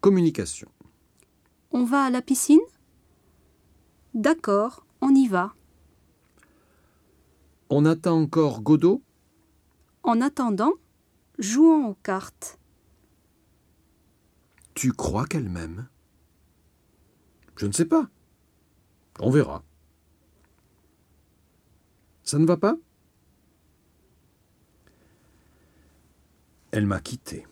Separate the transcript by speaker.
Speaker 1: communication.
Speaker 2: On va à la piscine D'accord, on y va.
Speaker 1: On attend encore Godot
Speaker 2: En attendant, jouons aux cartes.
Speaker 1: Tu crois qu'elle m'aime Je ne sais pas. On verra. Ça ne va pas Elle m'a quitté.